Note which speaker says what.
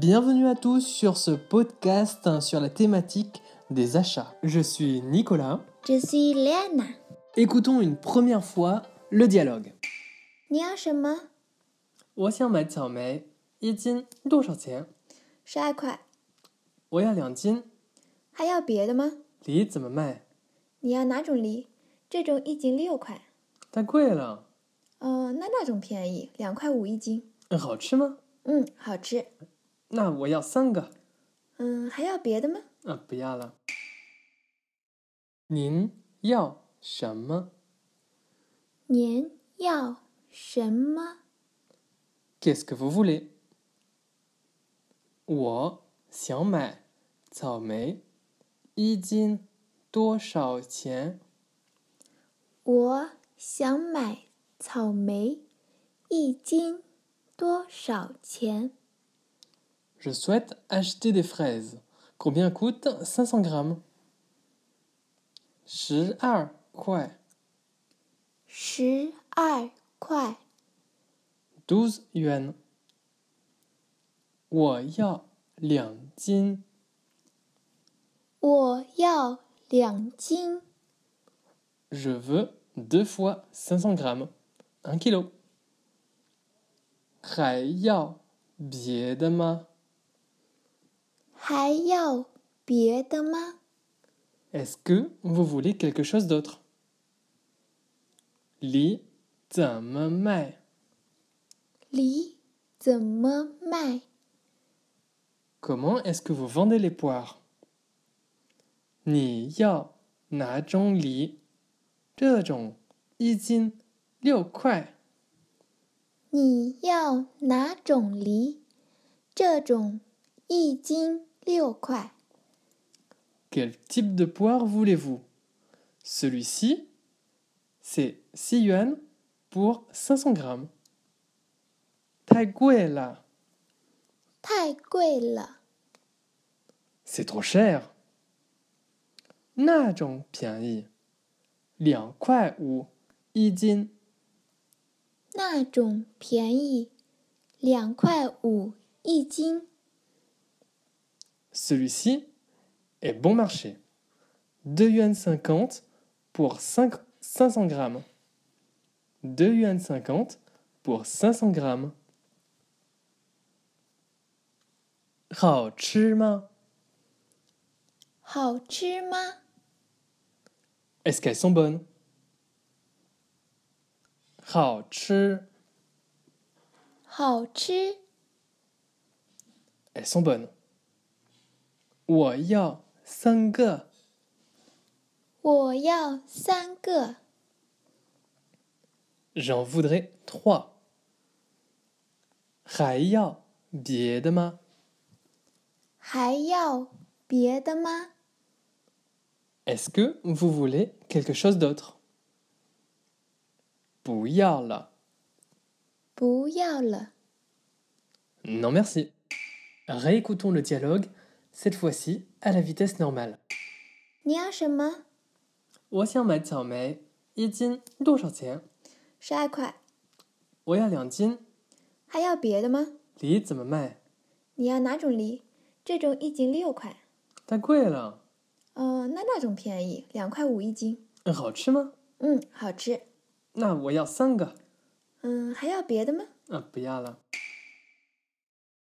Speaker 1: Bienvenue à tous sur ce podcast sur la thématique des achats. Je suis Nicolas.
Speaker 2: Je suis Léana.
Speaker 1: Écoutons une première fois le dialogue.
Speaker 2: 你要什么？
Speaker 1: 我想买草莓，一斤多少钱？
Speaker 2: 十二块。
Speaker 1: 我要两斤，
Speaker 2: 还要别的吗？
Speaker 1: 梨怎么卖？
Speaker 2: 你要哪种梨？这种一斤六块。
Speaker 1: 太贵了。
Speaker 2: 呃，那那种便宜，两块五一斤。
Speaker 1: 嗯好吃吗？
Speaker 2: 嗯，好吃。
Speaker 1: 那我要三个。
Speaker 2: 嗯，还要别的吗？
Speaker 1: 啊，不要了。您要什么？
Speaker 2: 您要什么？
Speaker 1: Qu'est-ce que vous voulez? 我想买草莓，一斤多少钱？
Speaker 2: 我想买草莓，一斤多少钱？
Speaker 1: Je souhaite acheter des fraises. Combien coûte 500 grammes? 十二块
Speaker 2: 十二块。
Speaker 1: ，douze yuan. 我要两斤，
Speaker 2: 我要两斤。
Speaker 1: je veux deux fois 500 grammes. Un kilo. 还要别的吗？
Speaker 2: 还要别的吗？
Speaker 1: Est-ce que vous voulez quelque chose d'autre? Li mai.
Speaker 2: 梨怎么卖？
Speaker 1: Comment est-ce que vous vendez les poires? Ni yao na zhong li. liu
Speaker 2: 你要哪种梨？这种一斤六块。
Speaker 1: Quel type de poire voulez-vous? Celui-ci, c'est 6 yuan pour 500 grammes. Tai là.
Speaker 2: 太贵了，
Speaker 1: C'est trop cher. 那种便宜，两块五一斤。
Speaker 2: 那种便宜，两块五一斤。
Speaker 1: Celui-ci est bon marché. 2 yuan 50 pour 5, 500 grammes. 2 yuan 50 pour 500 grammes. 好吃吗
Speaker 2: 好吃吗？
Speaker 1: ？Est-ce qu'elles sont bonnes 好吃
Speaker 2: 好吃。
Speaker 1: Elles sont bonnes. 我要三个，
Speaker 2: 我要三个，
Speaker 1: j'en voudrais trois. 还要别的吗
Speaker 2: 还要别的吗？
Speaker 1: ？Est-ce que vous voulez quelque chose d'autre 不要了
Speaker 2: 不要了，
Speaker 1: ，non merci. Réécoutons le dialogue, cette fois-ci à la vitesse normale.
Speaker 2: 你要什么？
Speaker 1: 我想买草莓，一斤多少钱？
Speaker 2: 十二块。
Speaker 1: 我要两斤，
Speaker 2: 还要别的吗？
Speaker 1: 梨怎么卖？
Speaker 2: 你要哪种梨？这种一斤六块。
Speaker 1: 太贵了，
Speaker 2: 呃，那那种便宜，两块五一斤。
Speaker 1: 嗯好吃吗？
Speaker 2: 嗯，好吃。
Speaker 1: 那我要三个。
Speaker 2: 嗯，还要别的吗？
Speaker 1: 啊，不要了。